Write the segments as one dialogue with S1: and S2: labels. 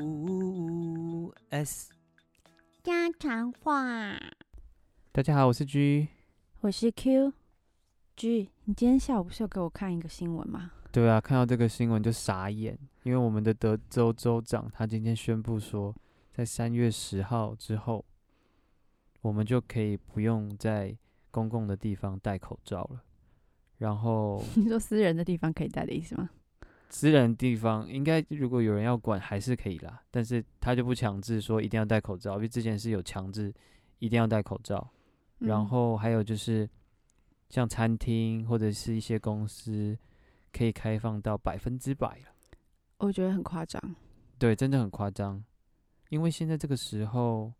S1: U S。
S2: 家常话。
S1: 大家好，我是 G。
S3: 我是 Q G，你今天下午不是有给我看一个新闻吗？
S1: 对啊，看到这个新闻就傻眼，因为我们的德州州长他今天宣布说，在三月十号之后，我们就可以不用在公共的地方戴口罩了。然后
S3: 你说私人的地方可以戴的意思吗？
S1: 私人地方应该如果有人要管还是可以啦，但是他就不强制说一定要戴口罩，因为之前是有强制一定要戴口罩。
S3: 嗯
S1: 然后还有就是像餐厅或者是一些公司可以开放到百分之百了，
S3: 我觉得很夸张，
S1: 对，真的很夸张。因为现在这个时候，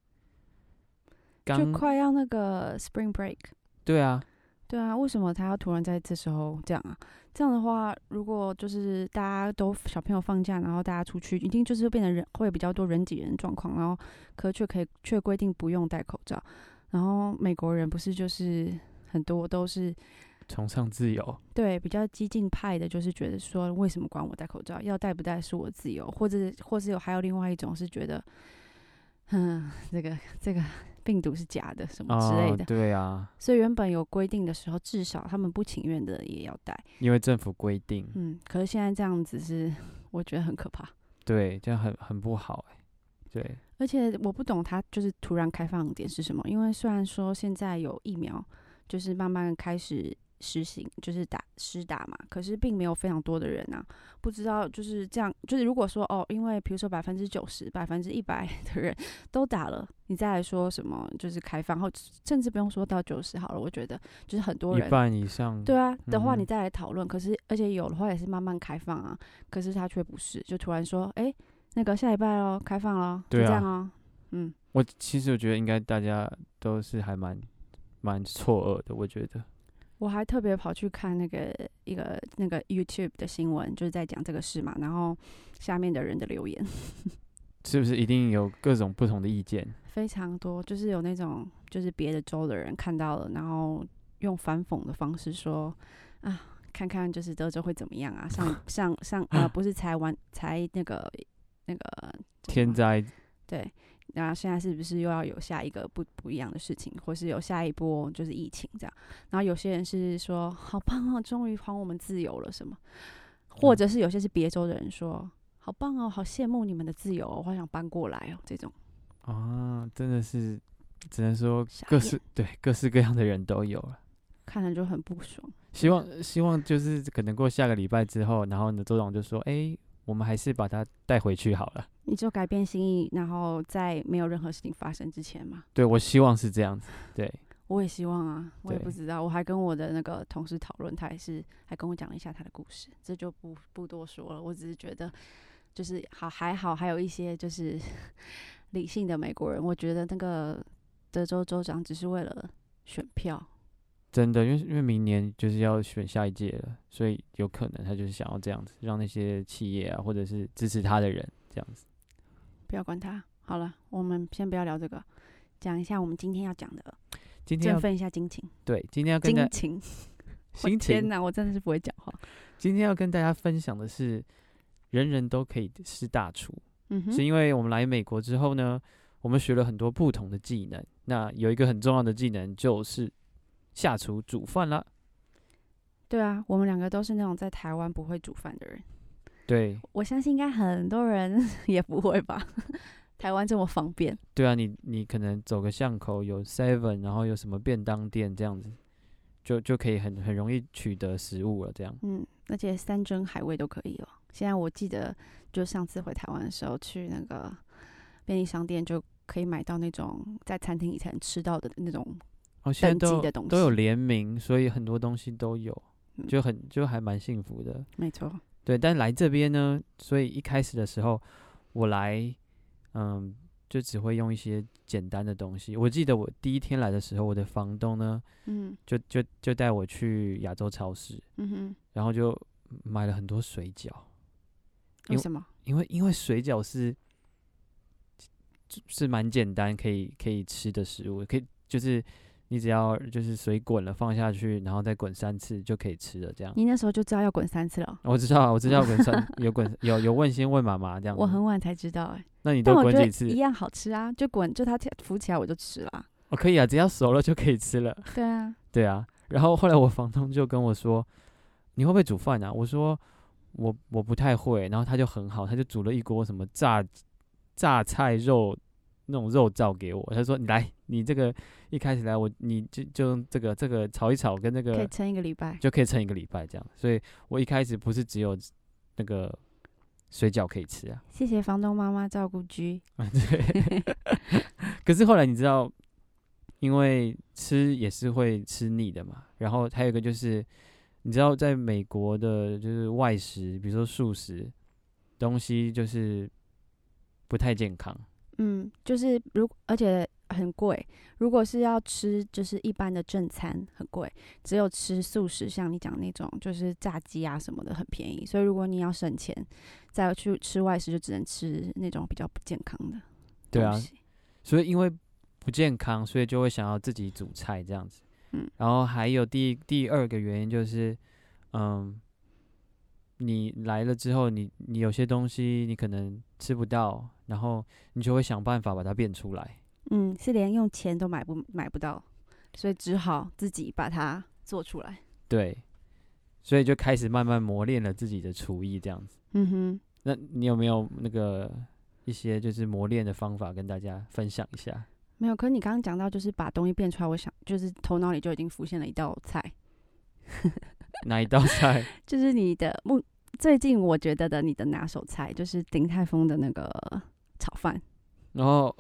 S3: 就
S1: 刚
S3: 快要那个 Spring Break。
S1: 对啊，
S3: 对啊，为什么他要突然在这时候这样啊？这样的话，如果就是大家都小朋友放假，然后大家出去，一定就是会变成人会比较多人挤人状况，然后可却可以却规定不用戴口罩，然后美国人不是就是很多都是
S1: 崇尚自由，
S3: 对比较激进派的，就是觉得说，为什么管我戴口罩？要戴不戴是我自由，或者或是有还有另外一种是觉得，嗯，这个这个病毒是假的什么之类
S1: 哦
S3: 的。
S1: 对啊，
S3: 所以原本有规定的时候，至少他们不情愿的也要戴。
S1: 因为政府规定，
S3: 嗯，可是现在这样子是， 我觉得很可怕。
S1: 对，这样很很不好哎、对，
S3: 而且我不懂他就是突然开放点是什么，因为虽然说现在有疫苗，就是慢慢开始实行，就是打施打嘛，可是并没有非常多的人啊，不知道就是这样，就是如果说哦，因为比如说百分之九十、百分之一百的人 都打了，你再来说什么就是开放，或甚至不用说到九十好了，我觉得就是很多人
S1: 一半以上，
S3: 对啊的话，
S1: 嗯
S3: 你
S1: 哼
S3: 再来讨论。可是，而且有的话也是慢慢开放啊。可是他却不是，就突然说，哎、那个下礼拜咯，开放咯，就
S1: 对
S3: 这
S1: 啊
S3: 样哦。嗯，
S1: 我其实我觉得应该大家都是还蛮蛮错愕的，我觉得，
S3: 我还特别跑去看那个一个那个 YouTube 的新闻，就是在讲这个事嘛。然后下面的人的留言
S1: 是不是一定有各种不同的意见？
S3: 非常多，就是有那种就是别的州的人看到了，然后用反讽的方式说啊。看看就是德州会怎么样 啊？上上上
S1: 啊
S3: 呃，不是才完才那个那个叫什
S1: 天
S3: 么
S1: 灾
S3: 对，那现在是不是又要有下一个不不一样的事情，或是有下一波就是疫情这样？然后有些人是说好棒哦，终于还我们自由了什么，或
S1: 嗯
S3: 者是有些是别州的人说好棒哦，好羡慕你们的自由、哦，我好想搬过来哦，这种
S1: 啊，真的是只能说
S3: 傻
S1: 各
S3: 眼
S1: 式对各式各样的人都有了。
S3: 看了就很不爽。
S1: 希望希望就是可能过下个礼拜之后，然后呢，周总就说：“哎、我们还是把它带回去好了。
S3: 你就改变心意，然后在没有任何事情发生之前嘛。
S1: 对我希望是这样子。对，
S3: 我也希望啊，我也
S1: 对
S3: 不知道，我还跟我的那个同事讨论，他也是还跟我讲了一下他的故事，这就不不多说了。我只是觉得，就是好还好，还有一些就是 理性的美国人，我觉得那个德州州长只是为了选票，
S1: 真的，因为因为明年就是要选下一届了，所以有可能他就是想要这样子，让那些企业啊，或者是支持他的人这样子。
S3: 不要管他。好了，我们先不要聊这个，讲一下我们今天要讲的，
S1: 今天
S3: 振
S1: 要
S3: 奋一下心情。
S1: 对今天要跟大家
S3: 心情，我
S1: 心
S3: 天
S1: 情，
S3: 哪，我真的是不会讲话。
S1: 今天要跟大家分享的是，人人都可以是大厨。
S3: 嗯
S1: 是
S3: 哼，
S1: 因为我们来美国之后呢，我们学了很多不同的技能。那有一个很重要的技能就是下厨煮饭啦。
S3: 对啊，我们两个都是那种在台湾不会煮饭的人。
S1: 对，
S3: 我相信应该很多人 也不会吧？台湾这么方便，
S1: 对啊，你你可能走个巷口有 Seven，然后有什么便当店这样子，就就可以很很容易取得食物了。这样
S3: 嗯，而且山珍海味都可以哦。现在我记得，就上次回台湾的时候，去那个便利商店就可以买到那种在餐厅以前吃到的那种，
S1: 哦，现在
S3: 等级
S1: 都
S3: 的东
S1: 都有
S3: 西
S1: 联名，所以很多东西都有，
S3: 嗯
S1: 就很就还蛮幸福的。
S3: 没错，
S1: 对，但来这边呢，所以一开始的时候，我来，嗯，就只会用一些简单的东西。我记得我第一天来的时候，我的房东呢，
S3: 嗯
S1: 就就就带我去亚洲超市，
S3: 嗯哼，
S1: 然后就买了很多水饺，因
S3: 为
S1: 为
S3: 什么？
S1: 因为因为水饺是是蛮简单可以可以吃的食物，可以就是。你只要就是水滚了放下去，然后再滚三次就可以吃了。这样
S3: 你那时候就知道要滚三次了。
S1: 我知道啊，我知道滚三 有滚有有问先问妈妈这样。
S3: 我很晚才知道哎、
S1: 那嗯你
S3: 但
S1: 都
S3: 我
S1: 滚
S3: 觉得
S1: 几次
S3: 一？样好吃啊，就滚，就它跳浮起来我就吃 了。
S1: 哦，可以啊，只要熟了就可以吃了。
S3: 对啊，
S1: 对啊，然后后来我房东就跟我说：“你会不会煮饭啊？”我说：“我我不太会。”然后他就很好，他就煮了一锅什么榨榨菜肉那种肉燥给我。他说：“你来，你这个一开始来我你就就用这个这个炒一炒，跟那
S3: 可以
S1: 个
S3: 撑一个礼拜。
S1: 啊就可以撑一个礼拜这样。”所以我一开始不是只有那个水饺可以吃啊，
S3: 谢谢房东妈妈照顾居，
S1: 对。可是后来你知道，因为吃也是会吃腻的嘛。然后还有一个就是，你知道在美国的就是外食，比如说素食东西，就是不太健康。
S3: 嗯，就是如而且很贵，如果是要吃就是一般的正餐很贵，只有吃素食，像你讲那种就是炸鸡啊什么的很便宜，所以如果你要省钱，再去吃外食就只能吃那种比较不健康的
S1: 对
S3: 东
S1: 啊
S3: 西
S1: 所以因为不健康，所以就会想要自己煮菜这样子。
S3: 嗯，
S1: 然后还有第第二个原因就是，嗯，你来了之后，你你有些东西你可能吃不到，然后你就会想办法把它变出来。
S3: 嗯，是连用钱都买不买不到，所以只好自己把它做出来。
S1: 对，所以就开始慢慢磨练了自己的厨艺，这样子。
S3: 嗯哼，
S1: 那你有没有那个一些就是磨练的方法跟大家分享一下？
S3: 没有。可是你刚刚讲到，就是把东西变出来，我想就是头脑里就已经浮现了一道菜，
S1: 哪一道菜？
S3: 就是你的目最近我觉得的你的拿手菜就是鼎泰丰的那个炒饭。
S1: 然后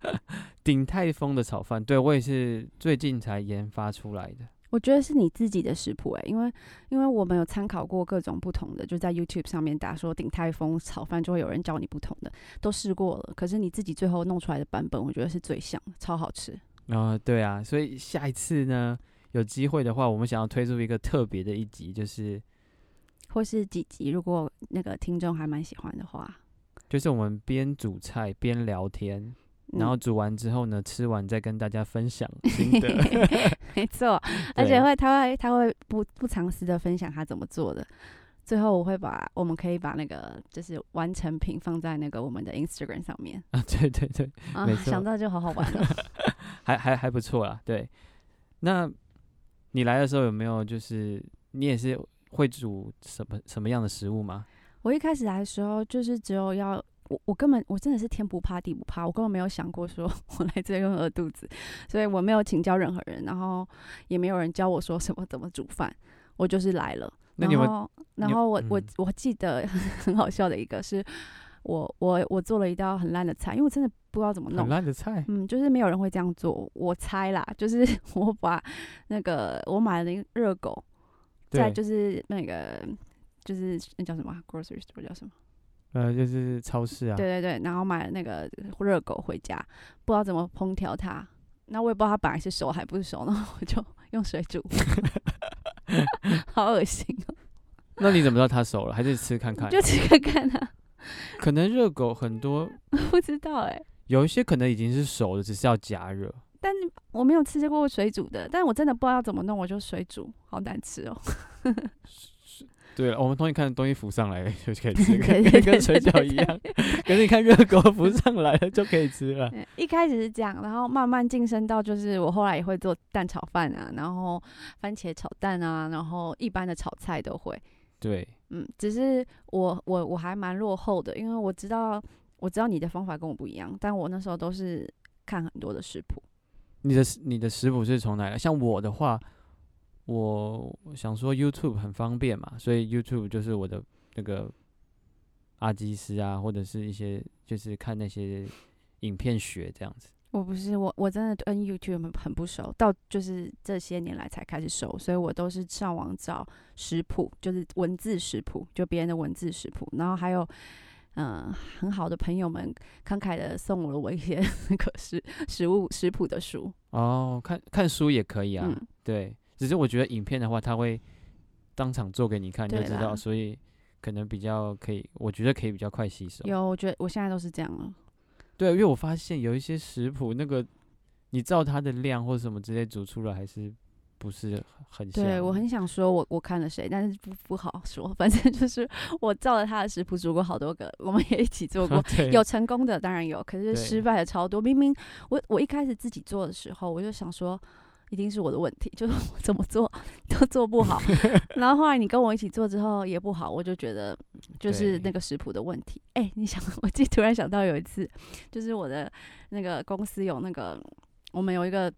S1: 鼎泰丰的炒饭，对我也是最近才研发出来的。
S3: 我觉得是你自己的食谱诶、欸因为因为我们有参考过各种不同的，就在 YouTube 上面打说鼎泰丰炒饭，就会有人教你不同的，都试过了。可是你自己最后弄出来的版本，我觉得是最像的，超好吃。
S1: 然后对啊，所以下一次呢，有机会的话，我们想要推出一个特别的一集，就是
S3: 或是几集，如果那个听众还蛮喜欢的话，
S1: 就是我们边煮菜边聊天，
S3: 嗯
S1: 然后煮完之后呢，吃完再跟大家分享心得。
S3: 没 错，而且会他会他会不不藏私的分享他怎么做的。最后我会把我们可以把那个就是完成品放在那个我们的 Instagram 上 面
S1: 啊，对对对，
S3: 啊
S1: 没，错
S3: 想到就好好玩 了。
S1: 还还还不错啦。对，那你来的时候有没有就是你也是会煮什么什么样的食物吗？
S3: 我一开始来的时候就是只有要。我我根本我真的是天不怕地不怕，我根本没有想过说我来这边饿肚子，所以我没有请教任何人，然后也没有人教我说什么怎么煮饭，我就是来了。
S1: 那你有没
S3: 然
S1: 有
S3: 后，
S1: 你
S3: 然
S1: 有
S3: 后我、我
S1: 嗯
S3: 我记得很 好笑的一个是，我我我做了一道很烂的菜，因为我真的不知道怎么
S1: 很
S3: 弄。
S1: 烂的菜？
S3: 嗯，就是没有人会这样做，我猜啦。就是 我把那个我买了一个热狗，再
S1: 对，
S3: 就是那个就是那叫什么啊 grocery store 叫什么？
S1: 呃，就是超市啊。
S3: 对对对，然后买了那个热狗回家，不知道怎么烹调它。那我也不知道它本来是熟还不是熟，然后我就用水煮，好恶 心哦！
S1: 那你怎么知道它熟了？还是吃看
S3: 你
S1: 看？
S3: 就吃看看啊。
S1: 可能热狗很多，
S3: 不知道哎、
S1: 有一些可能已经是熟的，只是要加热。
S3: 但我没有吃过水煮的，但我真的不知道怎么弄，我就水煮，好难吃哦。
S1: 对了，我们同一看东西浮上来了就可以吃，
S3: 对
S1: 跟
S3: 对对
S1: 跟水
S3: 对
S1: 饺
S3: 对
S1: 一
S3: 对
S1: 样。可是你看热狗浮上来了就可以吃 了。
S3: 嗯一开始是这样，然后慢慢晋升到就是我后来也会做蛋炒饭啊，然后番茄炒蛋啊，然后一般的炒菜都会。
S1: 对，
S3: 嗯，只是我我我还蛮落后的，因为我知道我知道你的方法跟我不一样，但我那时候都是看很多的食谱。
S1: 你的食你的食谱是从哪来？像我的话，我想说 YouTube 很方便嘛，所以 YouTube 就是我的那个阿基斯啊，或者是一些就是看那些影片学这样子。
S3: 我不是我，我真的跟 YouTube 很很不熟，到就是这些年来才开始熟，所以我都是上网找食谱，就是文字食谱，就别人的文字食谱，然后还有嗯、呃很好的朋友们慷慨的送了我一些 那个食食物食谱的书，
S1: 哦，看看书也可以啊，
S3: 嗯，
S1: 对。只是我觉得影片的话，它会当场做给你看，你就
S3: 对
S1: 知
S3: 啦
S1: 道，所以可能比较可以，我觉得可以比较快吸收。
S3: 有，我觉得我现在都是这样了，
S1: 对，因为我发现有一些食谱那个。你照它的量或什么之类煮出来，还是不是啊很像？
S3: 对 我很想说我，我看了谁，但是不不好说。反正就是我照了他的食谱煮过好多个，我们也一起做过，
S1: 对
S3: 有成功的当然有，可是
S1: 对
S3: 失败的超多。明明我我一开始自己做的时候，我就想说。一定是我的问题，就是我怎么做都做不 好。然后后来你跟我一起做之后也不好，我就觉得就是
S1: 对
S3: 那个食谱的问题。哎、你想， 我记突然想到有一次，就是我的那个公司有那个，我们有一个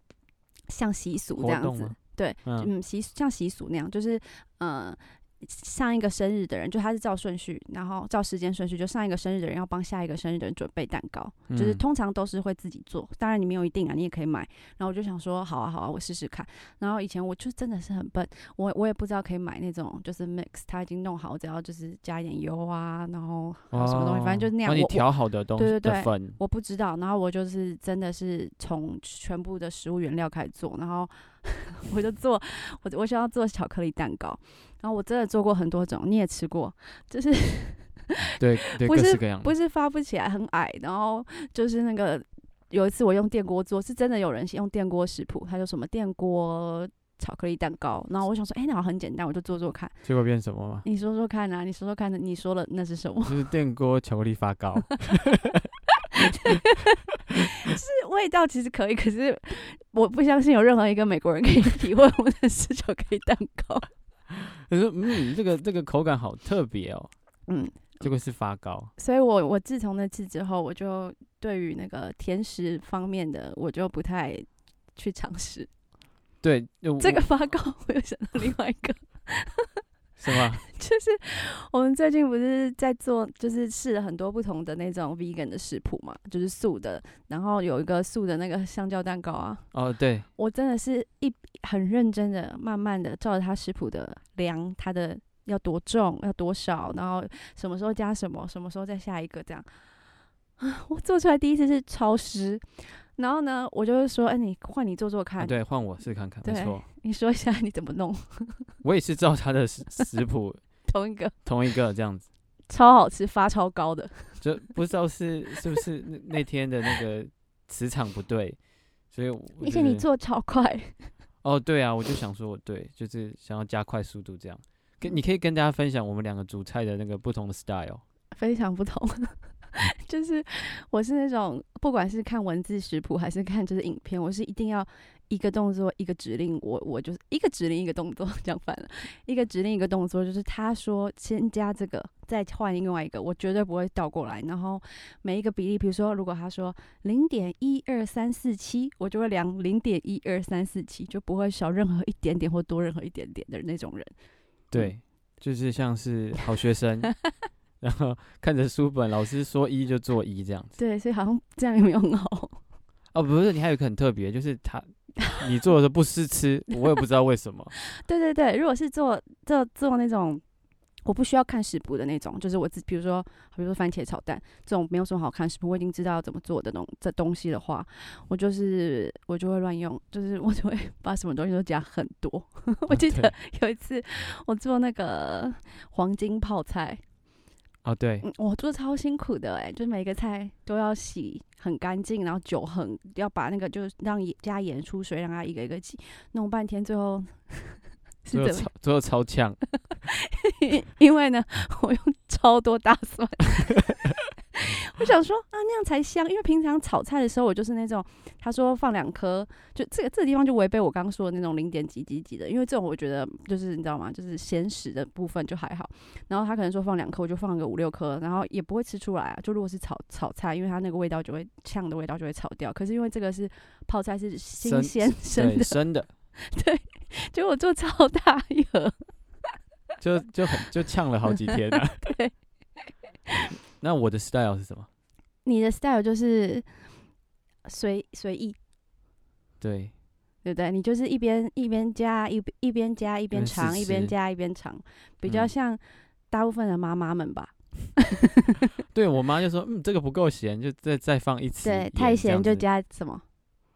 S3: 像习俗这
S1: 活
S3: 样
S1: 动
S3: 子
S1: 吗，？
S3: 对，
S1: 嗯，
S3: 嗯，习像习俗那样，就是呃，上一个生日的人，就他是照顺序，然后照时间顺序，就上一个生日的人要帮下一个生日的人准备蛋糕，就是
S1: 嗯
S3: 通常都是会自己做，当然你没有一定啊，你也可以买。然后我就想说，好啊好啊，我试试看。然后以前我就真的是很笨，我我也不知道可以买那种就是 mix，他已经弄好，我只要就是加一点油啊，然后还有什么东西，反正就是那样。
S1: 哦帮你
S3: 我我
S1: 调好的东西
S3: 对对对
S1: 的粉，
S3: 我不知道，然后我就是真的是从全部的食物原料开始做，然后 我就做，我我想要做巧克力蛋糕，然后我真的做过很多种，你也吃过，就是
S1: 对对，
S3: 不
S1: 各
S3: 是
S1: 式各样的。
S3: 不是发不起来，很矮，然后就是那个有一次我用电锅做，是真的有人用电锅食谱，他就什么电锅巧克力蛋糕，然后我想说，哎、那好像很简单，我就做做看，
S1: 结果变什么吗？
S3: 你说说看啊，你说说看，你说了那是什么？
S1: 就是电锅巧克力发 糕，
S3: 味道其实可以，可是我不相信有任何一个美国人可以 体会我们的吃巧克力蛋糕。
S1: 他说嗯，这个这个口感好特别哦，
S3: 嗯，
S1: 结果是发糕。
S3: 所以我我自从那次之后，我就对于那个甜食方面的，我就不太去尝试。
S1: 对，就
S3: 这
S1: 我
S3: 个发糕， 我又想到另外一个，
S1: 什么？
S3: 就是我们最近不是在做，就是试了很多不同的那种 vegan 的食谱嘛，就是素的，然后有一个素的那个香蕉蛋糕啊，
S1: 哦， 对，
S3: 我真的是一很认真的、慢慢的照着他食谱的量，他的要多重、要多少，然后什么时候加什么，什么时候再下一个这样。 啊，我做出来第一次是超湿，然后呢，我就是说，哎、你换你做做
S1: 啊
S3: 看，
S1: 对，换我试看看，没
S3: 对
S1: 错，
S3: 你说一下你怎么弄，
S1: 我也是照他的食食谱
S3: 同一个
S1: 同一个这样子，
S3: 超好吃、发超高的，
S1: 就不知道是是不是那那天的那个磁场不对，所以我
S3: 而
S1: 就
S3: 且你
S1: 是
S3: 做超快，
S1: 哦，对啊，我就想说，我对，就是想要加快速度这样。跟你可以跟大家分享我们两个煮菜的那个不同的 style。
S3: 非常不同。 就是我是那种，不管是看文字食谱还是看就是影片，我是一定要一个动作一个指令，我我就是一个指令一个动作，讲反了，一个指令一个动作，就是他说先加这个，再换另外一个，我绝对不会倒过来。然后每一个比例，比如说如果他说零点一二三四七，我就会量零点一二三四七，就不会少任何一点点或多任何一点点的那种人。嗯
S1: 对，就是像是好学生， 然后看着书本，老师说一就做一这样子。
S3: 对，所以好像这样也没有很好。
S1: 哦，不是，你还有一个很特别，就是他你做的时候不试吃，我也不知道为什么。
S3: 对对对，如果是做做做那种我不需要看食谱的那种，就是我自比如说比如说番茄炒蛋这种没有什么好看食谱，我已经知道怎么做的东这东西的话，我就是我就会乱用，就是我就会把什么东西都加很多。 我
S1: 啊
S3: 记
S1: 对
S3: 得有一次我做那个黄金泡菜，
S1: 哦，对，
S3: 嗯，我做超辛苦的哎、欸，就每个菜都要洗很干净，然后酒很要把那个就是让盐加盐出水，让它一个一个挤，弄半天最后
S1: 最后
S3: 是怎么
S1: 超最后超呛，
S3: 因因为呢，我用 超多大蒜， 我想说啊，那样才香。因为平常炒菜的时候，我就是那种他说放两颗，就这个这个地方就违背我刚刚说的那种零点几几几的，因为这种我觉得就是你知道吗？就是咸食的部分就还好。然后他可能说放两颗，我就放个五六颗，然后也不会吃出来啊。就如果是炒炒菜，因为它那个味道就会呛的味道就会炒掉。可是因为这个是泡菜是新
S1: 生
S3: 鲜生
S1: 对，
S3: 的，
S1: 生的
S3: 结果我做超大一盒。。
S1: 就就很就呛了好几天啊
S3: 对。
S1: 那我的 style 是什么？
S3: 你的 style 就是随随意，
S1: 对，
S3: 对不对？你就是一边一边加一边一边加一边
S1: 边
S3: 尝
S1: 试
S3: 一边
S1: 吃
S3: 加一边尝，比较
S1: 嗯
S3: 像大部分的妈妈们吧。
S1: 对我妈就说，嗯，这个不够咸，就再再放一匙。
S3: 对，太咸就
S1: 加。
S3: 加什么，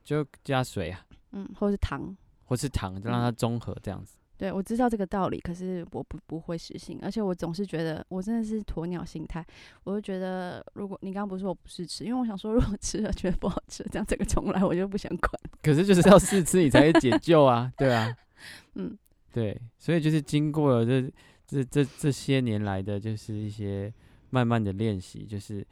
S1: 就加水啊，
S3: 嗯，或是糖。嗯
S1: 或是糖，让它中和这样子。
S3: 对，我知道这个道理，可是我不不会实行，而且我总是觉得我真的是鸵鸟心态，我就觉得如果你刚刚不是说我不是吃，因为我想说如果吃了觉得不好吃，这样整个重来我就不想管。
S1: 可是就是要试吃你才会解救 啊，对啊，
S3: 嗯，
S1: 对，所以就是经过了这这这这些年来的就是一些慢慢的练习，就是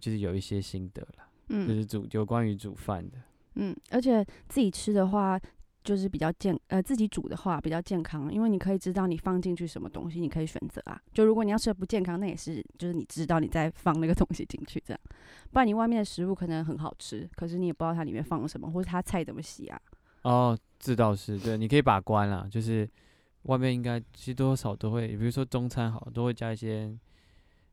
S1: 就是有一些心得了，
S3: 嗯，
S1: 就是煮有关于煮饭的，
S3: 嗯，而且自己吃的话，就是比较健，呃，自己煮的话比较健康，因为你可以知道你放进去什么东西，你可以选择啊。就如果你要吃的不健康，那也是就是你知道你在放那个东西进去这样，不然你外面的食物可能很好吃，可是你也不知道它里面放了什么，或者它菜怎么洗啊。
S1: 哦，这倒是对，你可以把关啦，就是外面应该其实多多少都会，比如说中餐好，都会加一些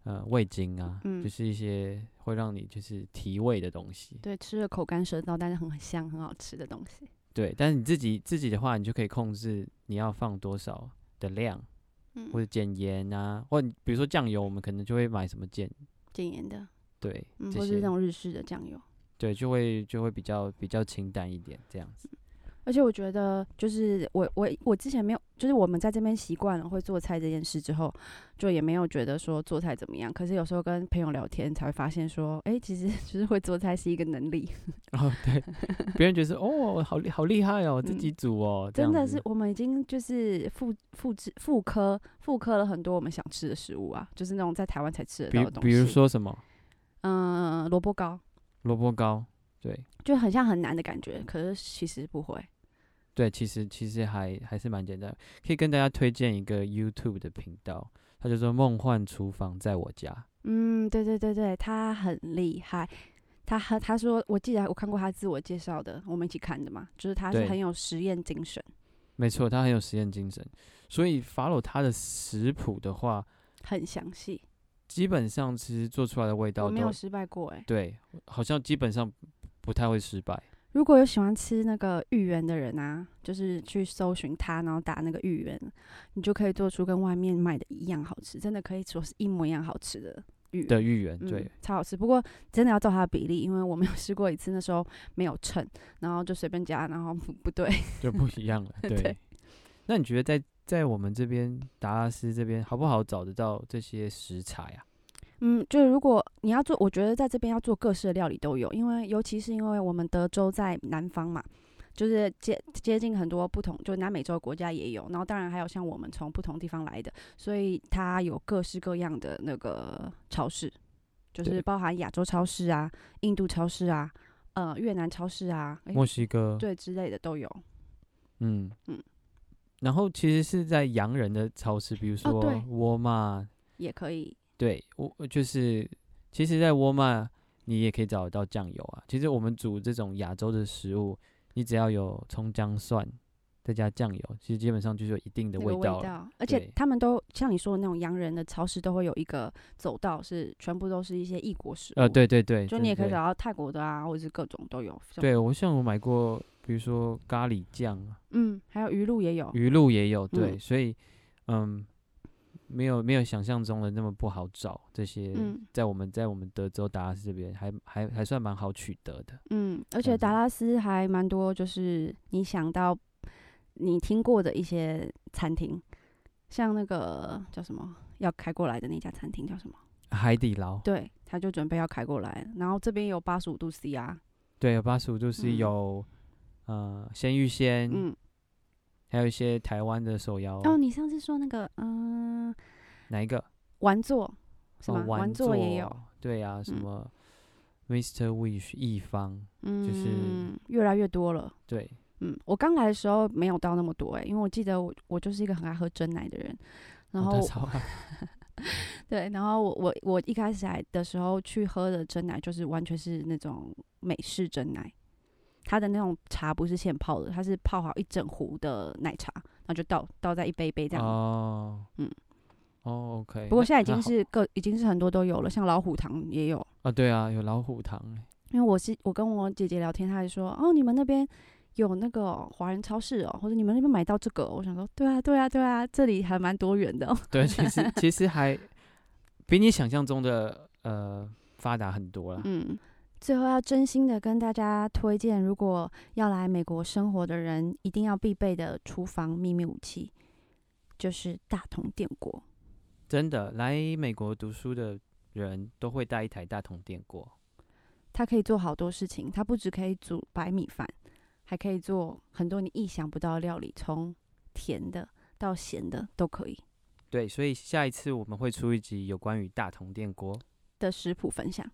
S1: 呃味精啊，
S3: 嗯
S1: 就是一些会让你就是提味的东西。
S3: 对，吃了口干舌燥，但是很香很好吃的东西。
S1: 对，但是你自己自己的话，你就可以控制你要放多少的量，
S3: 嗯
S1: 或者减盐啊，或你比如说酱油，我们可能就会买什么减
S3: 减盐的，
S1: 对、
S3: 嗯，
S1: 这
S3: 或是
S1: 些
S3: 那，种日式的酱油。
S1: 对，就会就会比较比较清淡一点这样子。
S3: 而且我觉得，就是我我我之前没有，就是我们在这边习惯了会做菜这件事之后，就也没有觉得说做菜怎么样。可是有时候跟朋友聊天才会发现说，哎、其实 就是会做菜是一个能力，
S1: 哦，对，别人觉得说哦，好厉好厉害哦，自
S3: 嗯
S1: 己煮哦，这
S3: 真
S1: 样
S3: 的
S1: 子
S3: 是我们已经就是复复制复刻复刻了很多我们想吃的食物啊，就是那种在台湾才吃得
S1: 比
S3: 到的东西。
S1: 比如，说什么
S3: 嗯、萝卜糕
S1: 萝卜糕，对
S3: 就很像很难的感觉，可是其实不会。
S1: 对，其实其实还还是蛮简单的，可以跟大家推荐一个 YouTube 的频道，它叫做《梦幻厨房在我家》。
S3: 嗯，对对对对，他很厉害。他和他说，我记得我看过他自我介绍的，我们一起看的嘛，就是他是
S1: 对
S3: 很有实验精神，
S1: 没错，他很有实验精神，所以 follow 他的食谱的话，
S3: 很详细，
S1: 基本上其实做出来的味
S3: 我
S1: 道
S3: 没有
S1: 都
S3: 失败过哎、
S1: 对，好像基本上不太会失败。
S3: 如果有喜欢吃那个芋圆的人啊，就是去搜寻他，然后打那个芋圆，你就可以做出跟外面卖的一样好吃，真的可以说是一模一样好吃的芋圆。
S1: 的芋圆，对、
S3: 嗯，超好吃。不过真的要照它的比例，因为我没有 试过一次，那时候没有称，然后就随便加，然后不不对。
S1: 就不一 样了。对，
S3: 对
S1: 那你觉得在在我们这边达拉斯这边好不好找得到这些食材啊？
S3: 嗯，就是如果你要做，我觉得在这边要做各式的料理都有，因为尤其是因为我们德州在南方嘛，就是接接近很多不同，就南美洲国家也有，然后当然还有像我们从不同地方来的，所以它有各式各样的那个超市，就是
S1: 对
S3: 包含亚洲超市啊、印度超市啊、呃越南超市啊，诶
S1: 墨西哥，
S3: 对之类的都有。
S1: 嗯
S3: 嗯
S1: 然后其实是在洋人的超市，比如说
S3: 哦对
S1: 沃尔玛，
S3: 也可以，
S1: 对，我就是其实，在沃尔玛你也可以找得到酱油啊。其实我们煮这种亚洲的食物，你只要有葱姜蒜，再加酱油，其实基本上就是有一定的
S3: 那个
S1: 道了。
S3: 道，而且
S1: 对
S3: 他们都像你说的那种洋人的超市都会有一个走道，是全部都是一些异国食物。
S1: 呃，对对对，
S3: 就
S1: 真
S3: 你
S1: 的
S3: 也可以
S1: 对
S3: 找到泰国的啊，或者是各种都有。这种，
S1: 对我像我买过，比如说咖喱酱啊，
S3: 嗯，还有鱼露也有。
S1: 鱼露也有，对，
S3: 嗯
S1: 所以嗯，没有没有想象中的那么不好找。这些、
S3: 嗯
S1: 在我们在我们德州达拉斯这边还还还算蛮好取得的。
S3: 嗯，而
S1: 这
S3: 且
S1: 样
S3: 达
S1: 子
S3: 拉斯还蛮多，就是你想到你听过的一些餐厅，像那个叫什么要开过来的那家餐厅叫什么？
S1: 海底捞，
S3: 对，他就准备要开过来了，然后这边有八十五度 C 啊，
S1: 对，有八十五度 C，
S3: 嗯
S1: 有、呃鲜芋仙，
S3: 嗯，
S1: 还有一些台湾的手摇，
S3: 哦，你上次说那个嗯
S1: 哪一个？
S3: 丸座是
S1: 哦
S3: 吗？
S1: 丸
S3: 座也有，
S1: 座，对啊，什
S3: 嗯
S1: 么 Mr. Wish 一方，
S3: 嗯，
S1: 是
S3: 越来越多了。
S1: 对，
S3: 嗯，我刚来的时候没有到那么多哎、因为我记得我我就是一个很爱喝真奶的人，然
S1: 哦
S3: 后、
S1: 他超爱
S3: 对，然后我我我一开始来的时候去喝的真奶就是完全是那种美式真奶，它的那种茶不是现泡的，它是泡好一整壶的奶茶，然后就倒倒在一杯一 杯这样。
S1: 哦，
S3: 嗯，
S1: 哦，OK 那。
S3: 不过现在已
S1: 那
S3: 经
S1: 好
S3: 是各已经是很多都有了，像老虎堂也有，
S1: 啊，对啊，有老虎堂欸，
S3: 因为我是我跟我姐姐聊天，她还说哦，你们那边有那个哦华人超市哦，或者你们那边买到这个哦、我想说对啊对啊对啊，这里还蛮多元的哦、
S1: 对，其 实其实还比你想象中的呃发达很多了。
S3: 嗯，最后要真心的跟大家推荐，如果要来美国生活的人，一定要必备的厨房秘密武器，就是大同电锅。
S1: 真的来美国读书的人都会带一台大同电锅，
S3: 它可以做好多事情，它不只可以煮白米饭，还可以做很多你意想不到的料理，从甜的到咸的都可以
S1: 对，所以下一次我们会出一集有关于大同电锅。
S3: 的食谱分享。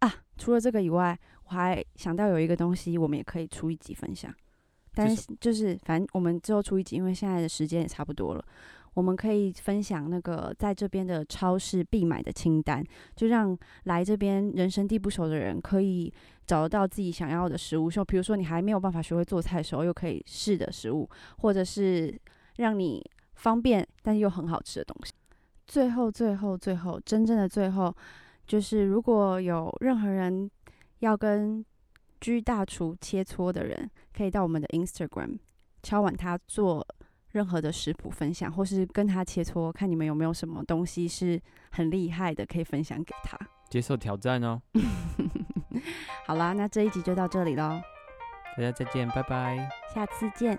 S3: 啊，除了这个以外，我还想到有一个东西，我们也可以出一集分享。但
S1: 是
S3: 是就是反正我们之后出一集，因为现在的时间也差不多了，我们可以分享那个在这边的超市必买的清单，就让来这边人生地不熟的人可以找得到自己想要的食物。就比如说你还没有办法学会做菜的时候，又可以试的食物，或者是让你方便但又很好吃的东西。最后，最后，最后，真正的最后，就是如果有任何人要跟居大厨切磋的人，可以到我们的 Instagram 敲碗他做任何的食谱分享，或是跟他切磋，看你们有没有什么东西是很厉害的可以分享给他。
S1: 接受挑战哦，
S3: 好啦，那这一集就到这里喽，
S1: 大家再见，拜拜。
S3: 下次见，